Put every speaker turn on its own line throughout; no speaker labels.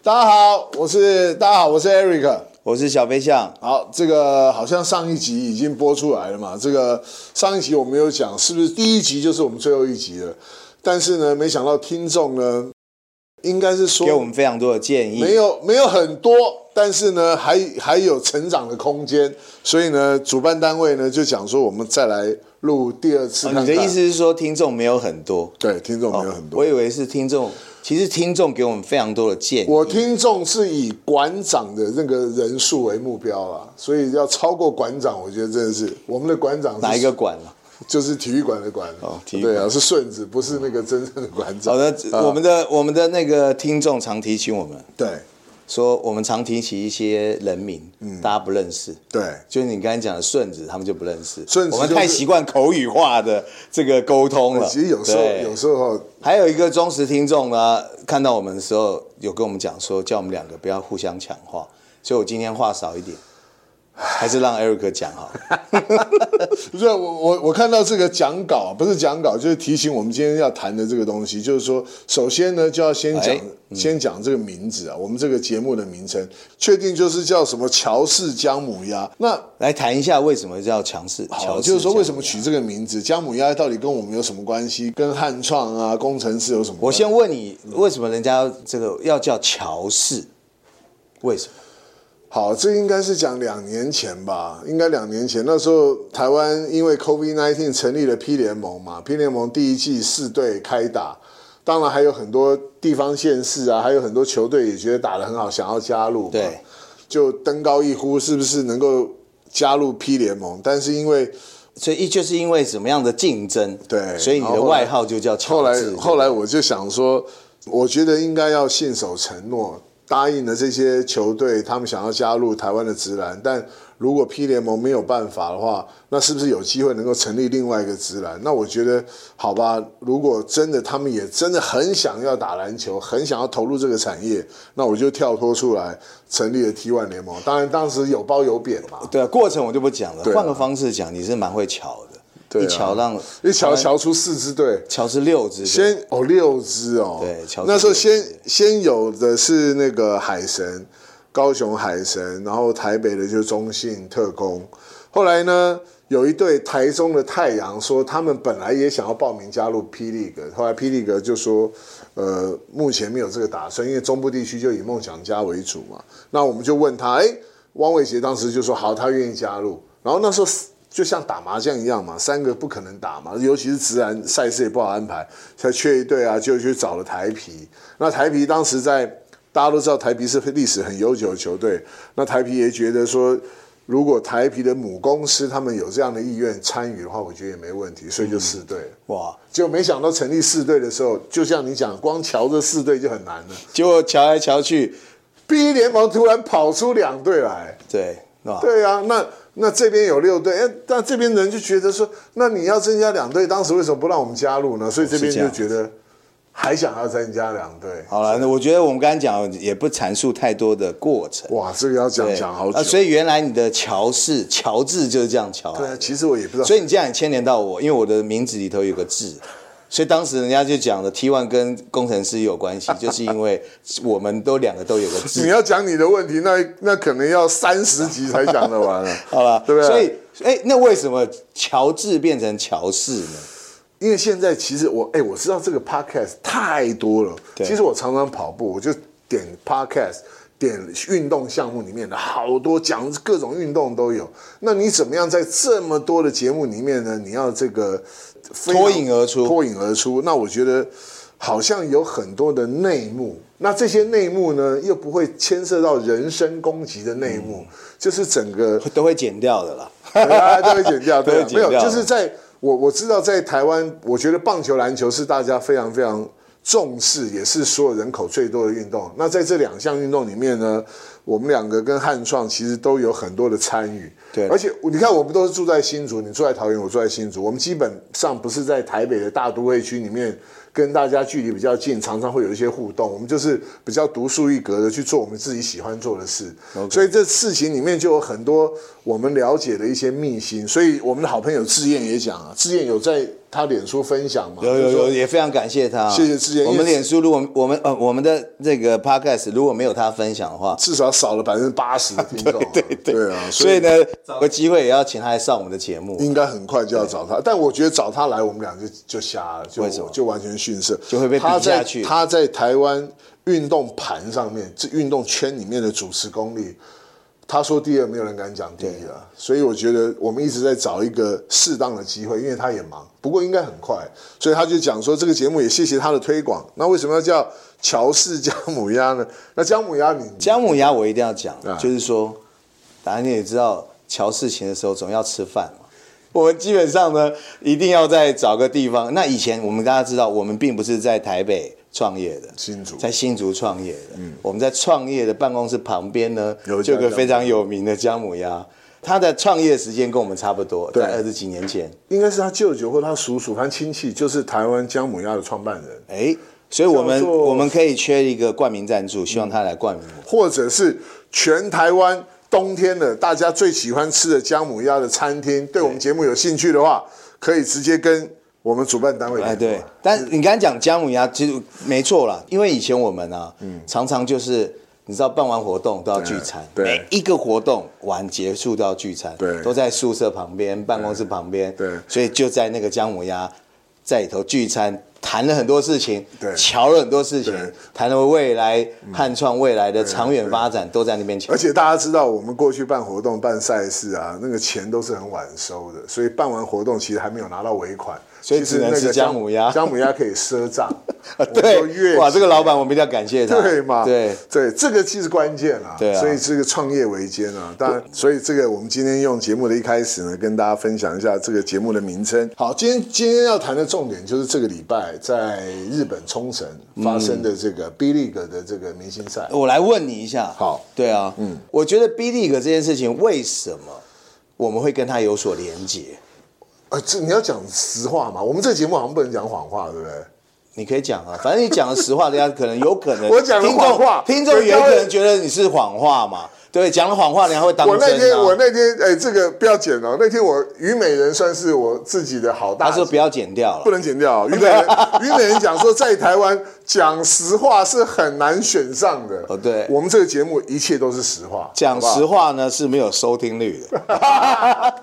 大家好，我是大家好，我是 Eric。
我是小飞象，
好，这个好像上一集已经播出来了嘛。这个上一集我没有讲，是不是第一集就是我们最后一集了？但是呢，没想到听众呢，应该是说
给我们非常多的建议。哦
没有没有很多，但是呢，还还有成长的空间。所以呢，主办单位呢就讲说，我们再来录第二次
哦
看看、
你的意思是说听众没有很多？哦
对，听众没有很多。
我以为是听众，其实听众给我们非常多的建议。
我听众是以馆长的那个人数为目标啦，所以要超过馆长，我觉得真的是我们的馆长是
哪一个啊馆嘛？
就是体育馆的馆
哦体育馆
对啊，是顺子，不是那个真正的馆长。
好的，
啊
哦我们的我们的那个听众常提醒我们
对
说，我们常提起一些人名，
嗯
大家不认识。
对
就是你刚才讲的顺子，他们就不认识。
顺子
我们
就是呃
太习惯口语化的这个沟通了。
其实有时候
对
有时候
还有一个忠实听众呢，看到我们的时候，有跟我们讲说，叫我们两个不要互相抢话，所以我今天话少一点，还是让 Eric 讲好。
不是我我我看到这个讲稿，不是讲稿，就是提醒我们今天要谈的这个东西，就是说，首先呢，就要先讲、
哎
先讲这个名字啊，我们这个节目的名称，确定就是叫什么乔氏姜母鸭。那
来谈一下为什么叫强势？
好，
乔
就是说为什么
取？
取这个名字？姜母鸭到底跟我们有什么关系？跟汉创啊、工程师有什么
我
关系？
先问你，为什么人家这个要叫乔氏？为什么？
好，这应该是讲两年前吧，应该两年前那时候台湾因为 COVID-19 成立了 P 联盟嘛，P 联盟第一季四队开打，当然还有很多地方县市啊，还有很多球队也觉得打得很好，想要加入嘛，
对，
就登高一呼，是不是能够加入 P 联盟？但是因为
所以一就是因为什么样的竞争？
对
所以你
然
的
后后来
外号就叫
后
乔
来
氏。
后来我就想说，我觉得应该要信守承诺，答应了这些球队，他们想要加入台湾的职篮，但如果 P 联盟没有办法的话，那是不是有机会能够成立另外一个职篮？那我觉得，好吧，如果真的他们也真的很想要打篮球，很想要投入这个产业，那我就跳脱出来，成立了 T One 联盟。当然，当时有褒有贬嘛，
对啊，过程我就不讲了，
对啊
换个方式讲，你是蛮会瞧的，
对啊
一瞧让
一瞧瞧出四支队。
乔是六只，
先哦六支哦，
对乔治
那时候
六支
先先有的是那个海神，高雄海神，然后台北的就是中信特工，后来呢有一对台中的太阳说他们本来也想要报名加入霹雳格，后来霹雳格就说呃目前没有这个打算，因为中部地区就以梦想家为主嘛，那我们就问他，哎、汪伟杰当时就说好，他愿意加入。然后那时候就像打麻将一样嘛，三个不可能打嘛，尤其是直男赛事也不好安排，才缺一队啊，就去找了台皮。那台皮当时在大家都知道台皮是历史很悠久的球队，那台皮也觉得说。如果台皮的母公司他们有这样的意愿参与的话，我觉得也没问题，所以就四队了。
哇，
结果没想到成立四队的时候，就像你讲，光瞧这四队就很难了。
结果瞧来瞧去，
B 联盟突然跑出两队来，
对，是吧？
对啊，那那这边有六队，哎，那这边人就觉得说，那你要增加两队，当时为什么不让我们加入呢？所以这边
哦是
就
这样哦
觉得还想要增加两队。
好了，那我觉得我们刚才讲也不阐述太多的过程，
哇，这个要讲
对
讲好久。
啊所以原来你的乔氏乔治就是这样乔来
对
的，
啊，其实我也不知道。
所以你这样也牵连到我，因为我的名字里头有个字，所以当时人家就讲了 T one 跟工程师有关系，就是因为我们都两个都有个 字。
你。要讲你的问题，那那可能要三十集才讲得完了啊
好了，
对不对？
所以，哎、那为什么乔治变成乔氏呢？
因为现在其实我哎、我知道这个 podcast 太多了。
对
其实我常常跑步，我就点 podcast，点运动项目里面的好多讲各种运动都有。那你怎么样在这么多的节目里面呢？你要这个非常
脱颖而出
脱颖而出。那我觉得好像有很多的内幕。那这些内幕呢，又不会牵涉到人身攻击的内幕，
嗯
就是整个
都会剪掉的啦。
大家都会剪 掉，对啊，
都会
没有
剪，掉
就是在我我知道在台湾，我觉得棒球、篮球是大家非常非常重视，也是所有人口最多的运动。那在这两项运动里面呢，我们两个跟汉创其实都有很多的参与，
对
而且你看，我们都是住在新竹，你住在桃园，我住在新竹，我们基本上不是在台北的大都会区里面。跟大家距离比较近，常常会有一些互动。我们就是比较独树一格的去做我们自己喜欢做的事。所以这事情里面就有很多我们了解的一些秘辛。所以我们的好朋友志燕也讲啊，志燕有在他脸书分享嘛，
有有
就说
有，也非常感谢他，
谢谢之前
我
因为
们脸书如果我们呃我们的这个 podcast 如果没有他分享的话，
至少少了百分之八十的听 众啊，对对啊，
所
所以
以呢，找个机会也要请他来上我们的节目，
应该很快就要找他，但我觉得找他来，我们俩就就瞎了，就
为什么
就完全逊色，
就会被比
他在
下去
他在台湾运动盘上面，这运动圈里面的主持功力，他说第二，没有人敢讲第一了。所以我觉得我们一直在找一个适当的机会，因为他也忙，不过应该很快。所以他就讲说，这个节目也谢谢他的推广。那为什么要叫乔氏姜母鸭呢？那姜母鸭你
姜母鸭我一定要讲，
啊
就是说，当然你也知道，瞧事情的时候总要吃饭嘛。我们基本上呢，一定要再找个地方。那以前我们大家知道，我们并不是在台北创业的，
新竹嗯
在新竹创业的。我们在创业的办公室旁边呢，
有一家
就有个非常有名的姜母鸭，它的创业时间跟我们差不多，在二十几年前。
应该是他舅舅或他叔叔，他亲戚就是台湾姜母鸭的创办人，
哎，所以我们
叫做
我们可以缺一个冠名赞助，希望他来冠名我们。
或者是全台湾冬天的大家最喜欢吃的姜母鸭的餐厅。对我们节目有兴趣的话，可以直接跟我们主办单位
哎，
联络
对，但你刚才讲姜母鸭，其实没错
嗯
啦，因为以前我们啊，常常就是你知道办完活动都要聚餐，
对
每一个活动完结束都要聚餐，
对
都在宿舍旁边、办公室旁边，
对
所以就在那个姜母鸭在里头聚餐。谈了很多事情，
对
瞧了很多事情
对，
谈了未来汉创未来的长远发展，都在那边瞧
而。且大家知道，我们过去办活动、办赛事啊，那个钱都是很晚收的，所以办完活动其实还没有拿到尾款，
所以
其
只
实
能
那
吃
个
姜母鸭，
姜母鸭可以赊账我们就越
对，哇，这个
级
老板我们一定要感谢他，
对嘛？
对，
对，这个其实关键啊。
对啊
所以这个创业维艰啊，当然，所以这个我们今天用节目的一开始呢，跟大家分享一下这个节目的名称。好，今天今天要谈的重点就是这个礼拜在日本冲绳发生的这个 B League 的这个明星赛。
我来问你一下。
好，
对啊，嗯，我觉得 B League 这件事情为什么我们会跟它有所连结？
呃，这你要讲实话嘛，我们这个节目好像不能讲谎话，对不对？
你可以讲啊，反正你讲的实话，人家可能有可能
我讲了
听
谎话
众听众
人
也
家
有
会
可能觉得你是谎话嘛，对，讲了谎话，人家会当
我那
真
天我
啊。
那天哎，这个不要剪哦。那天我虞美人算是我自己的好大
他
姐
说不要剪掉
不
了，
能剪掉。啊 虞美人，虞美人讲说，在台湾讲实话是很难选上的。
哦对
我们这个节目一切都是实话，
讲
好不
实话呢是没有收听率的。
好，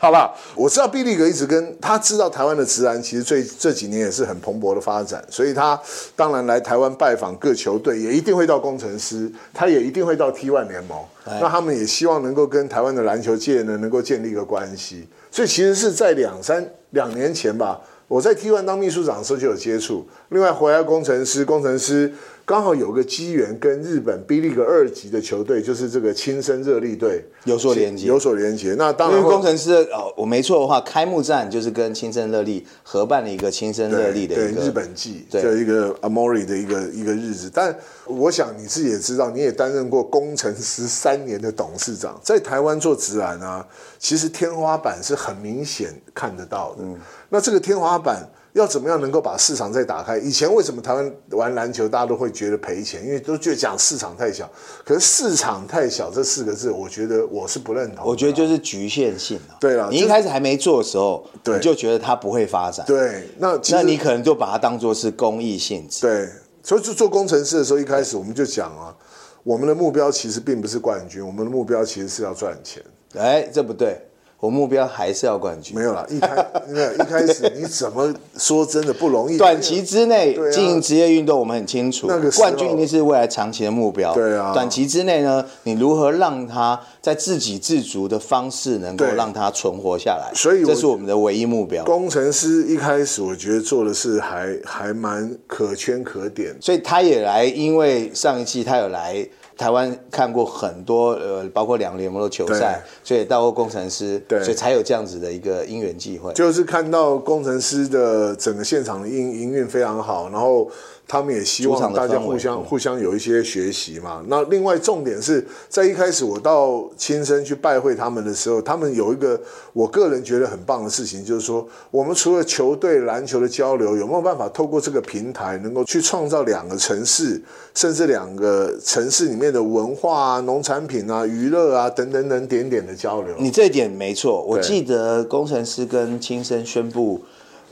好吧。我知道毕利格一直跟他知道台湾的直男，其实最这几年也是很蓬勃的发展，所以他当然来台湾拜访各球队，也一定会到工程师，他也一定会到 T1 联盟。
哎
那他们也希望能够跟台湾的篮球界呢，能够建立一个关系。所以其实是在两三两年前吧，我在 T1 当秘书长的时候就有接触，另外回来工程师，工程师刚好有个机缘跟日本 B League 二级的球队，就是这个亲生热力队
有所连结
有所连接。那当
因为
然会，
工程师的哦，我没错的话，开幕战就是跟亲生热力合办了一个亲生热力的
对
一
对日
个，
本记，
对
就一个 Amori 的一个一个日子。但我想你自己也知道，你也担任过工程师三年的董事长，在台湾做直男啊，其实天花板是很明显看得到的。
嗯
那这个天花板。要怎么样能够把市场再打开？以前为什么台湾玩篮球大家都会觉得赔钱，因为都觉得讲市场太小。可是市场太小这四个字，我觉得我是不认同的啊。
我觉得就是局限性啊。
对啦
你
就
一
是
开始还没做的时候，
对
你就觉得它不会发展。
对，那其实
那你可能就把它当做是公益性质。
对，所以就做工程师的时候，一开始我们就讲啊，我们的目标其实并不是冠军，我们的目标其实是要赚钱。
哎，这不对，我目标还是要冠军。
没有啦，一开 没有一开始你怎么说真的不容 易。
短期之内
对啊
经营职业运动，我们很清楚
那个，时候
冠军一定是未来长期的目标。
对啊
短期之内呢，你如何让他在自给自足的方式能够
对
让他存活下来？
所以我
这是我们的唯一目标。
工程师一开始我觉得做的是还还蛮可圈可点，
所以他也来，因为上一季他有来台湾看过很多呃，包括两个联盟的球赛，所以到过工程师，
对
所以才有这样子的一个因缘际会。
就是看到工程师的整个现场的营营运非常好，然后他们也希
主场
望
的
大家
氛围
互相
嗯
互相有一些学习嘛。那另外重点是在一开始我到亲身去拜会他们的时候，他们有一个我个人觉得很棒的事情，就是说我们除了球队篮球的交流，有没有办法透过这个平台能够去创造两个城市，甚至两个城市里面的文化啊、农产品啊、娱乐啊等等等点点的交流？
你这一点没错，我
对
记得工程师跟青生宣布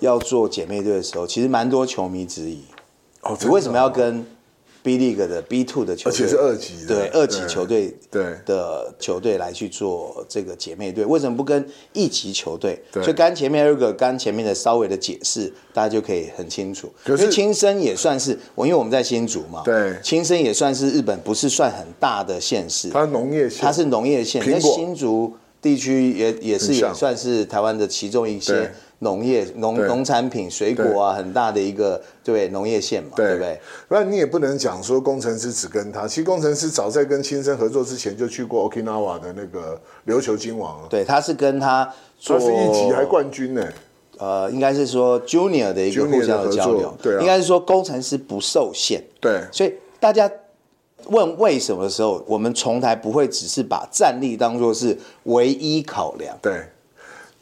要做姐妹队的时候，其实蛮多球迷质疑，
哦，
你为什么要跟 B League 的 B Two 的球
而
队，
且是二级的
对
对
二级球队
对
的球队来去做这个姐妹队？为什么不跟一级球队？
对
所以刚前面二个刚前面的稍微的解释，大家就可以很清楚。
可是
因为青森也算是我，因为我们在新竹嘛，
对
青森也算是日本不是算很大的县市，
它农业县
它是农业县，
苹
那
果
新竹地区也也是
很像
也算是台湾的其中一
对
些农业农
对
农产品、水果啊很大的一个对农业县嘛，对不对？
那你也不能讲说工程师只跟他，其实工程师早在跟青森合作之前就去过 Okinawa 的那个琉球金王了，啊
对，他是跟他做
他是一级还冠军呢、
呃，应该是说 junior 的一个
Junior
互相
的合
的交
作
流，
对啊
应该是说工程师不受限，
对
所以大家问为什么的时候，我们从来不会只是把战力当做是唯一考量，
对，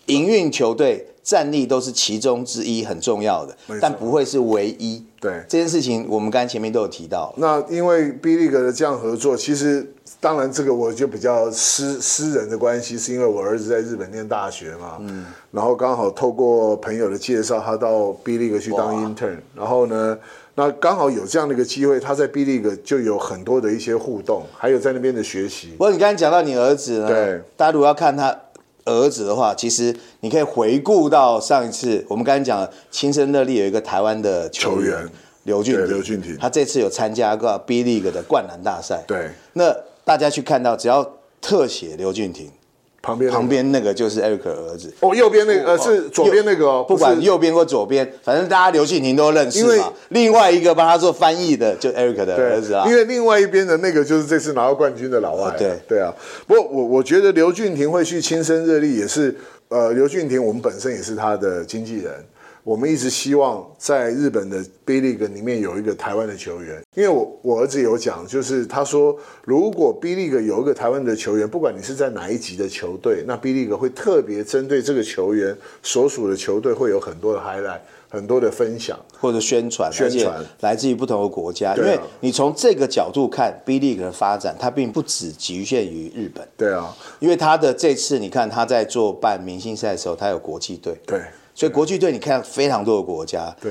营运球队战力都是其中之一，很重要的
没错，
但不会是唯一。
对
这件事情，我们刚才前面都有提到了。
那因为 B League 的这样合作，其实当然这个我就比较私私人的关系，是因为我儿子在日本念大学嘛，嗯，然后刚好透过朋友的介绍，他到 B League 去当 intern，然后呢，那刚好有这样的一个机会，他在 B League 就有很多的一些互动，还有在那边的学习
不。过你刚才讲到你儿子呢，
对，
大家如果要看他儿子的话，其实你可以回顾到上一次我们刚才讲的亲身热力有一个台湾的球
球员
刘俊
对
廷，
刘俊廷
他这次有参加过 B League 的灌篮大赛，
对，
那大家去看到只要特写刘俊廷，
旁边那个
旁边那个就是 Eric 的儿子。
哦，右边那个呃是左边那个哦，
不
是
管右边或左边，反正大家刘俊廷都认识
因为
嘛。另外一个帮他做翻译的，就 Eric 的 儿子啊。
因为另外一边的那个就是这次拿到冠军的老外、
哦对
对啊，不过我我觉得刘俊廷会去亲身热力也是，呃，刘俊廷我们本身也是他的经纪人。我们一直希望在日本的 B League 里面有一个台湾的球员，因为我我儿子有讲，就是他说，如果 B League 有一个台湾的球员，不管你是在哪一级的球队，那 B League 会特别针对这个球员所属的球队会有很多的 highlight，很多的分享。
或者宣传，
宣传
而且来自于不同的国家，因
对啊
为你从这个角度看 B League 的发展，它并不只局限于日本，
对啊，
因为它的这次你看他在做办明星赛的时候，它有国际队，
对，
所以国际队你看非常多的国家，
对，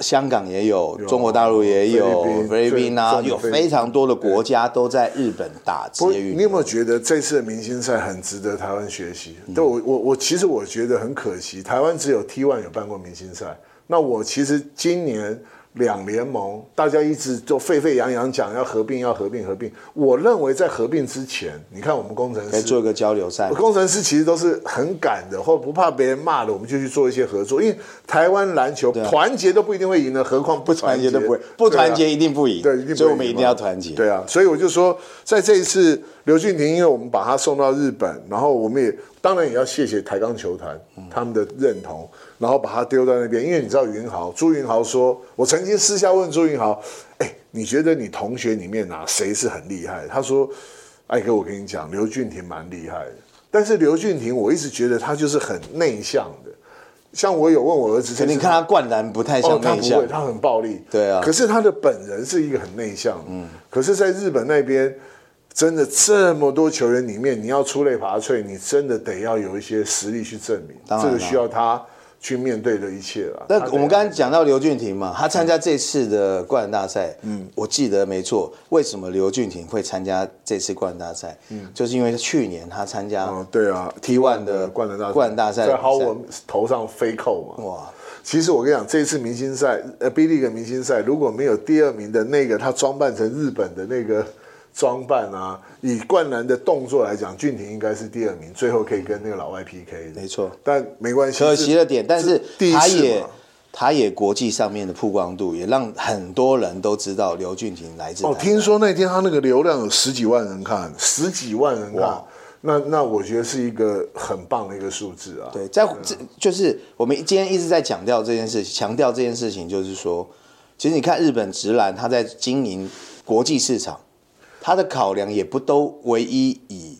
香港也有，中国大陆也有，
菲律宾
菲律宾啊，
对
有
菲律宾
非常多的国家都在日本打职
不
业运
你有
动。
没有觉得这次的明星赛很值得台湾学习？
嗯
对我，我我其实我觉得很可惜，台湾只有 T One 有办过明星赛。那我其实今年两联盟大家一直都沸沸扬扬讲要合并，要合并，合并。我认为在合并之前，你看我们工程
来
师
做一个交流赛吗，
工程师其实都是很敢的，或不怕别人骂的，我们就去做一些合作。因为台湾篮球团结都不一定会赢的，何况不团
啊团
结
结都不会，不团结一定不赢，
对，啊一定不会
所以我们
赢
一定
嘛
要团结。
对啊，所以我就说，在这一次刘俊廷，因为我们把他送到日本，然后我们也当然也要谢谢台钢球团他们的认同，然后把他丢在那边。因为你知道云豪，朱云豪说，我曾经私下问朱云豪，哎，你觉得你同学里面哪、谁是很厉害？他说，艾哥，我跟你讲，刘俊廷蛮厉害的，但是刘俊廷我一直觉得他就是很内向的。像我有问我儿子，
可你看他灌篮不太
哦
像，
他
内
不
向
会，，他很暴力。
对啊
可是他的本人是一个很内向。嗯。可是，在日本那边，真的这么多球员里面，你要出类拔萃，你真的得要有一些实力去证明。
当然
这
啦
个需要他去面对的一切啊了。
那
他得
我们刚刚讲到刘俊廷嘛，他参加这次的灌篮大赛，嗯，我记得没错。为什么刘俊廷会参加这次灌篮大赛？嗯，就是因为去年他参加
哦，对啊
T1 的
灌篮大赛
灌篮大赛
在豪文头上飞扣嘛。
哇，
其实我跟你讲，这一次明星赛，呃，B League 明星赛，如果没有第二名的那个，他装扮成日本的那个装扮啊，以灌篮的动作来讲，俊廷应该是第二名，最后可以跟那个老外 PK 的。
没错，
但没关系，
可惜了点，但是
第一
他
次
也
嘛。
他也国际上面的曝光度，也让很多人都知道刘俊廷来自
哦，
台湾
听说那天他那个流量有十几万人看，十几万人看
哇，
那那我觉得是一个很棒的一个数字啊。
对，在这就是我们今天一直在强调这件事情，强调这件事情就是说，其实你看日本直男他在经营国际市场，他的考量也不都唯一以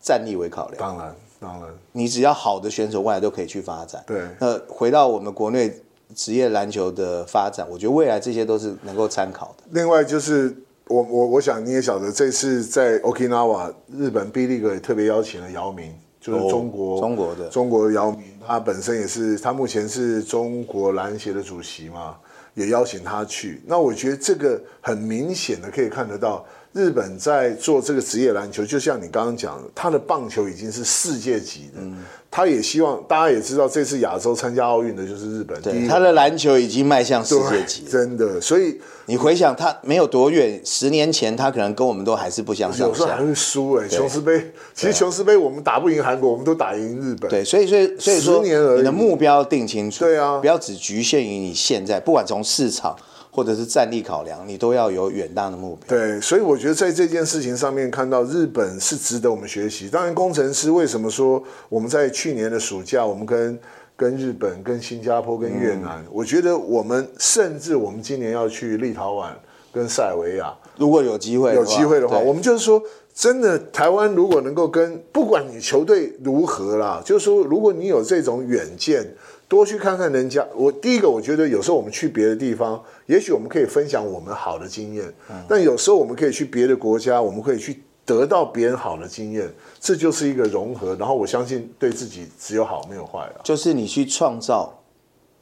战力为考量，
当然当然，
你只要好的选手，未来都可以去发展。
对
那回到我们国内职业篮球的发展，我觉得未来这些都是能够参考的。
另外就是我我我想你也晓得，这次在 Okinawa 日本 B League 也特别邀请了姚明就是中国、
哦中国的
中国姚明，他本身也是他目前是中国篮协的主席嘛，也邀请他去。那我觉得这个很明显的可以看得到，日本在做这个职业篮球，就像你刚刚讲的，他的棒球已经是世界级的。
嗯
他也希望大家也知道，这次亚洲参加奥运的就是日本，第一
对，
个
他的篮球已经迈向世界级
对
了。
真的，所以
你回想他没有多远，十年前他可能跟我们都还是不相上
有时候还
下。
会输哎、琼斯杯，其实琼斯杯我们打不赢韩国，我们都打赢日本。
对，所以所以所以说，
十年而已
你的目标定清楚，
对啊
不要只局限于你现在，不管从市场或者是战力考量，你都要有远大的目标。
对，所以我觉得在这件事情上面看到日本是值得我们学习。当然，工程师为什么说我们在去年的暑假，我们跟跟日本、跟新加坡、跟越南，我觉得我们甚至我们今年要去立陶宛跟塞尔维亚，
如果有机会，
有机会的话，
对
我们就是说，真的台湾如果能够跟不管你球队如何啦，就是说，如果你有这种远见，多去看看人家。我第一个，我觉得有时候我们去别的地方，也许我们可以分享我们好的经验，
嗯
但有时候我们可以去别的国家，我们可以去。得到别人好的经验，这就是一个融合。然后我相信对自己只有好没有坏啊。
就是你去创造，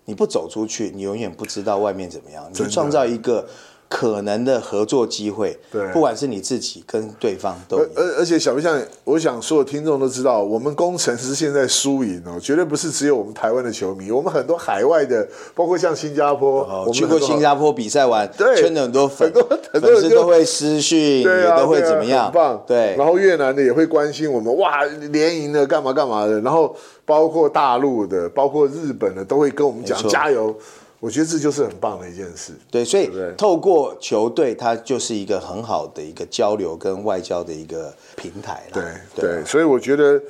你不走出去，你永远不知道外面怎么样。你去
的
创造一个可能的合作机会，
对呃
不管是你自己跟对方都一样。
而而且小飞象，我想所有听众都知道，我们工程师现在输赢哦，绝对不是只有我们台湾的球迷，我们很多海外的，包括像新加坡，我
哦，
们
去过
很多
新加坡比赛完，
对
圈了很多粉，
很多很多人
粉丝
就
都会私讯，
对啊，
也都会
对啊
怎么样？
很棒，
对
然后越南的也会关心我们，哇，连赢了干嘛干嘛的，然后包括大陆的，包括日本的，都会跟我们讲
没错
加油。我觉得这就是很棒的一件事。
对，所以
对不对
透过球队，它就是一个很好的一个交流跟外交的一个平台啦。
对对，所以我觉得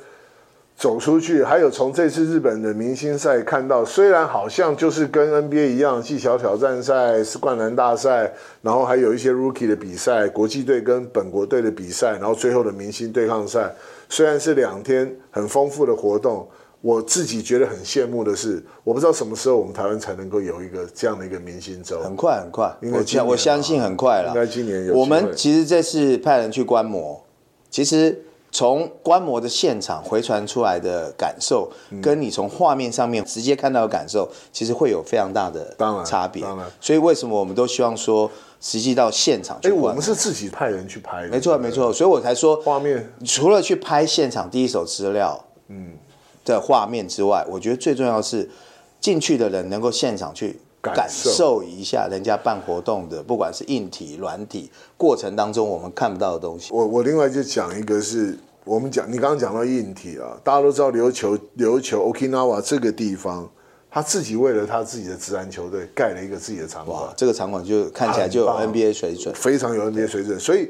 走出去，还有从这次日本的明星赛看到，虽然好像就是跟 NBA 一样，技巧挑战赛、是灌篮大赛，然后还有一些 rookie 的比赛、国际队跟本国队的比赛，然后最后的明星对抗赛，虽然是两天很丰富的活动。我自己觉得很羡慕的是，我不知道什么时候我们台湾才能够有一个这样的一个明星周。
很快很快，
应该
我
今年啊
相我相信很快了。
应该今年有机会
我们其实这次派人去观摩，其实从观摩的现场回传出来的感受，
嗯
跟你从画面上面直接看到的感受，其实会有非常大的
当然
差别
当然。
所以为什么我们都希望说，实际到现场去
哎，
观摩。
我们是自己派人去拍的，
没错，没错，所以我才说
画面
除了去拍现场第一手资料，嗯，的画面之外，我觉得最重要的是进去的人能够现场去
感
感
受
受一下人家办活动的，不管是硬体、软体过程当中我们看不到的东西。
我我另外就讲一个是我们讲，你刚刚讲到硬体啊，大家都知道琉球琉球 Okinawa 这个地方，他自己为了他自己的职篮球队盖了一个自己的场馆
哇，，哦这个场馆就看起来就有
啊很棒
NBA 水准，
非常有 NBA 水准，所以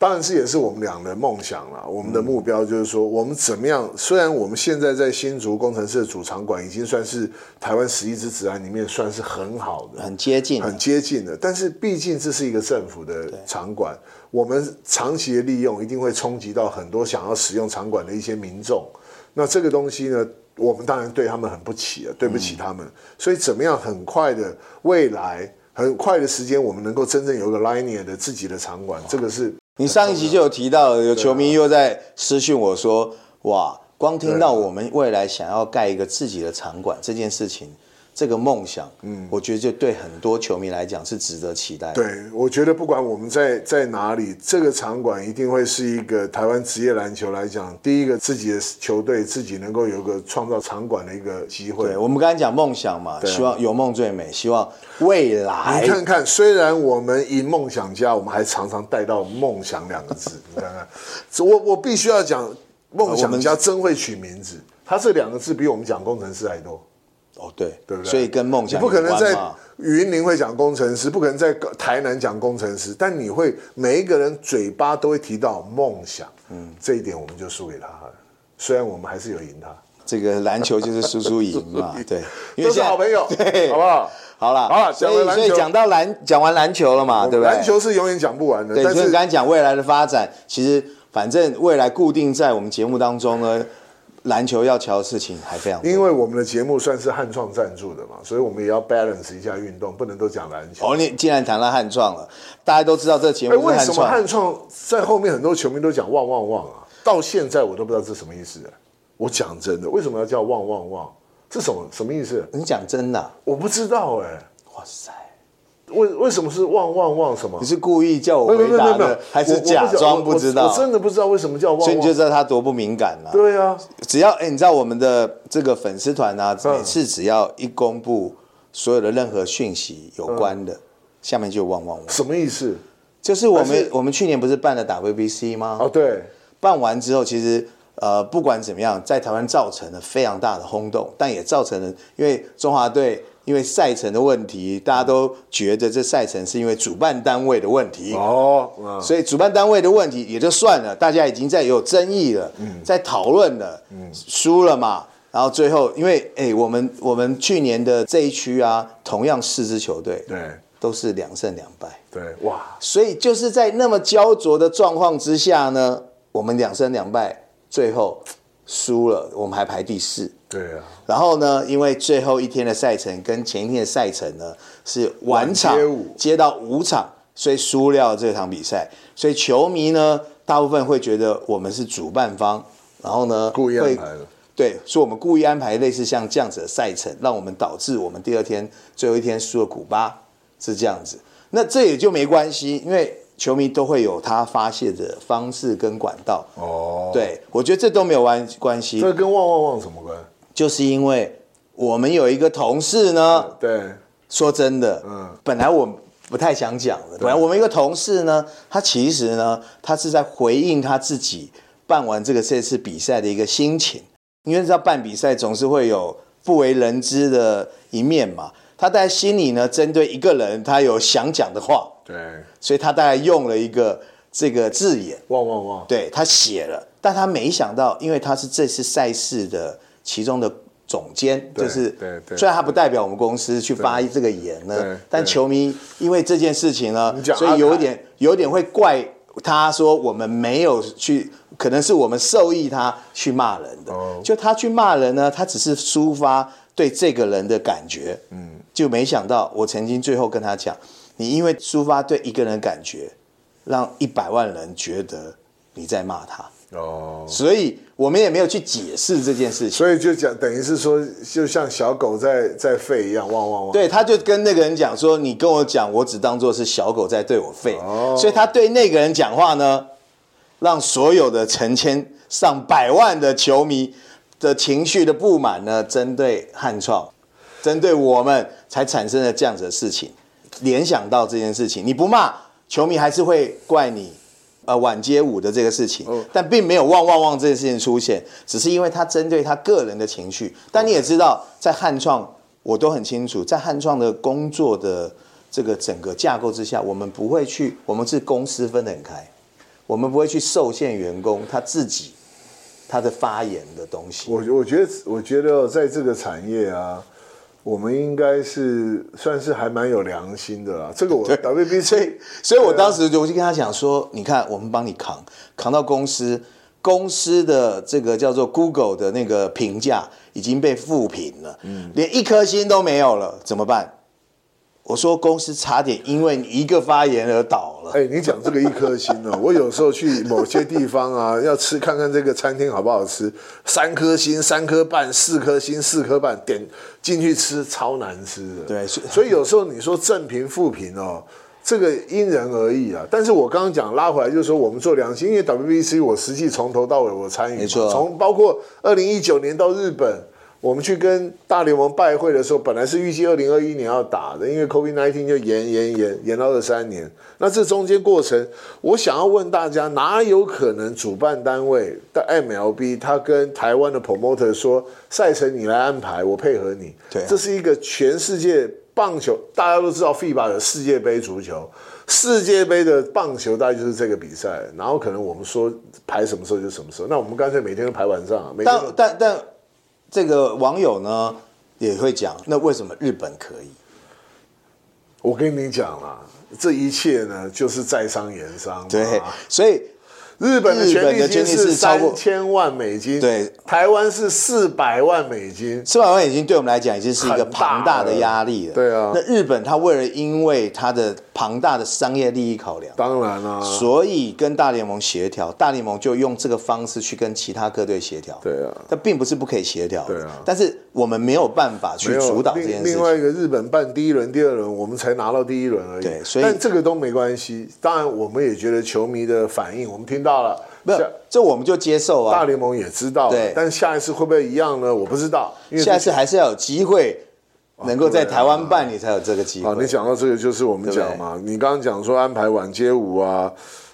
当然是也是我们俩的梦想了。我们的目标就是说，我们怎么样？虽然我们现在在新竹工程师的主场馆已经算是台湾十一支职篮里面算是很好的，
很接近。
很接近的，但是毕竟这是一个政府的场馆，我们长期的利用一定会冲击到很多想要使用场馆的一些民众。那这个东西呢，我们当然对他们很不起啊，对不起他们。所以怎么样很快的未来，很快的时间，我们能够真正有一个 Linear 的自己的场馆，这个是
你上一集就有提到，有
啊
球迷又在私讯我说，哇，光听
啊
到我们未来想要盖一个自己的场馆这件事情，这个梦想，嗯，我觉得就对很多球迷来讲是值得期待的。
对，我觉得不管我们在在哪里，这个场馆一定会是一个台湾职业篮球来讲，第一个自己的球队自己能够有一个创造场馆的一个机会
对，。我们刚才讲梦想嘛，希望有梦最美，希望未来
啊你看看，虽然我们以梦想家，我们还常常带到“梦想”两个字。你看看，这我我必须要讲，梦
啊
想家真会取名字，他这两个字比我们讲工程师还多。
哦，对，
对不对
所以跟梦
你
想
不可能
有关
在
嘛
云林会讲工程师，不可能在台南讲工程师，但你会每一个人嘴巴都会提到梦想，嗯，这一点我们就输给他了。虽然我们还是有赢他，
这个篮球就是输输赢 嘛，对，因
都
为
是
现在
好朋友，
对，
好不好？
好了，
好啦
所
讲回
以
篮
所以
球
讲到篮，讲完篮球了嘛，啊对不对？
篮球是永远讲不完的，
对，
但
所以
是
刚才讲未来的发展，其实反正未来固定在我们节目当中呢，篮球要瞧的事情还非常多。
因为我们的节目算是汉创赞助的嘛，所以我们也要 balance 一下运动，不能都讲篮球。
哦，你既然谈到汉创了，大家都知道这节
哎，
目是
为
汉
什么
创，
汉创在后面很多球迷都讲旺旺旺啊？到现在我都不知道这什么意思、我讲真的，为什么要叫旺旺旺？这什么什么意思？
你讲真的啊、
我不知道哎、
哇塞，
为为什么是旺旺旺什么
你？是故意叫
没
我
有
回
没有没
答
有没有
的，，还
我
是
我
假
晓
装
我
不知道？
我真的不知道为什么叫旺旺。
所以你就知道他多不敏感了、
对啊，
只要哎、你知道我们的这个粉丝团啊，
嗯
每次只要一公布所有的任何讯息有关的，下面就汪汪汪。
什么意思？
就是我
但是
们我们去年不是办了 WBC 吗？
哦，对，
办完之后，其实呃不管怎么样，在台湾造成了非常大的轰动，但也造成了因为中华队因为赛程的问题，大家都觉得这赛程是因为主办单位的问题。
哦，嗯
所以主办单位的问题也就算了，大家已经在有争议了，在讨论了，
嗯
输了嘛。然后最后，因为哎、我们我们去年的这一区啊，同样四支球队，
对
都是两胜两败，
对，哇，
所以就是在那么焦灼的状况之下呢，我们两胜两败，最后输了，我们还排第四。
对啊，
然后呢，因为最后一天的赛程跟前一天的赛程呢是晚场
晚接五
接到五场，所以输掉这场比赛。所以球迷呢，大部分会觉得我们是主办方，然后呢
故意安
会
排的。
对，是我们故意安排类似像这样子的赛程，让我们导致我们第二天最后一天输了古巴，是这样子。那这也就没关系，因为球迷都会有他发泄的方式跟管道。
哦，，
对，我觉得这都没有关关系。
这跟旺旺旺什么关？
就是因为我们有一个同事呢，
对，
说真的，
嗯
嗯，本来我不太想讲的。本来我们一个同事呢，他其实呢，他是在回应他自己办完这个这次比赛的一个心情，因为知道办比赛总是会有不为人知的一面嘛。他在心里呢，针对一个人，他有想讲的话，
对，
所以他大概用了一个这个字眼。
旺旺旺，
对他写了，但他没想到，因为他是这次赛事的其中的总监，
对
就是
对对
虽然他不代表我们公司去发这个言
对对
呢，但球迷因为这件事情呢
你，讲
所
阿
以有
凯
点有点会怪他说我们没有去，可能是我们受益他去骂人的，
哦
就他去骂人呢，他只是抒发对这个人的感觉，嗯，就没想到我曾经最后跟他讲，你因为抒发对一个人的感觉，让一百万人觉得你在骂他，
哦，
所以我们也没有去解释这件事情。
所以就讲，等于是说，就像小狗在在吠一样，旺旺旺。
对，他就跟那个人讲说：“你跟我讲，我只当做是小狗在对我吠。
哦
所以他对那个人讲话呢，让所有的成千上百万的球迷的情绪的不满呢，针对汉创，针对我们，才产生了这样子的事情。联想到这件事情，你不骂球迷还是会怪你。呃，晚街舞的这个事情，但并没有旺旺旺这件事情出现，只是因为他针对他个人的情绪。但你也知道，在汉创，我都很清楚，在汉创的工作的这个整个架构之下，我们不会去，我们是公司分得很开，我们不会去受限员工他自己他的发言的东 西。
我我觉得，我觉得在这个产业啊，我们应该是算是还蛮有良心的啦。这个我 WBC
所以我当时就我就跟他讲说，你看，我们帮你扛，扛到公司，公司的这个叫做 Google 的那个评价已经被负评了，
嗯
连一颗星都没有了，怎么办？我说公司差点因为你一个发言而倒了。
哎、你讲这个一颗星哦、我有时候去某些地方啊，要吃看看这个餐厅好不好吃，三颗星、三颗半、四颗星、四颗半，点进去吃超难吃的。
对是
所以有时候你说正评、负评哦，这个因人而异啊。但是我刚刚讲拉回来，就是说我们做良心，因为 WBC 我实际从头到尾我参与嘛，
没错
从包括二零一九年到日本。我们去跟大联盟拜会的时候，本来是预计二零二一年要打的，因为 COVID nineteen 就延延延延到二三年。那这中间过程，我想要问大家，哪有可能主办单位的 MLB 他跟台湾的 promoter 说赛程你来安排，我配合你？
对啊
这是一个全世界棒球，大家都知道 FIBA 有世界杯足球，世界杯的棒球大概就是这个比赛，然后可能我们说排什么时候就什么时候，那我们干脆每天都排晚上啊，每天
但
都
但但这个网友呢也会讲，那为什么日本可以？
啊我跟你讲啦，这一切呢就是在商言商嘛。
对，所以
日本的
日本
权
的
利金
权利
是
是超过
三千万美金，
对，
台湾是四百万美金，
四百万已经对我们来讲已经是一个
很大
庞大的
了
压力了。
对啊
那日本它为了因为它的庞大的商业利益考量，
当然啦、啊，
所以跟大联盟协调，大联盟就用这个方式去跟其他各队协调。
对啊，
但并不是不可以协调。
对啊
但是我们没有办法去
没有
主导这
另
件事
另
情。
外一个日本办第一轮、第二轮，我们才拿到第一轮而已。
对所以
但这个都没关系。当然，我们也觉得球迷的反应，我们听到了，
没有
下，
这我们就接受
大
啊。
联盟也知道了
对。
但下一次会不会一样呢？我不知道，因为
下次还是要有机会能够在台湾办，你才有这个机
好，
会
啊哦你。讲到这个，就是我们讲嘛，你刚刚讲说安排晚街舞啊，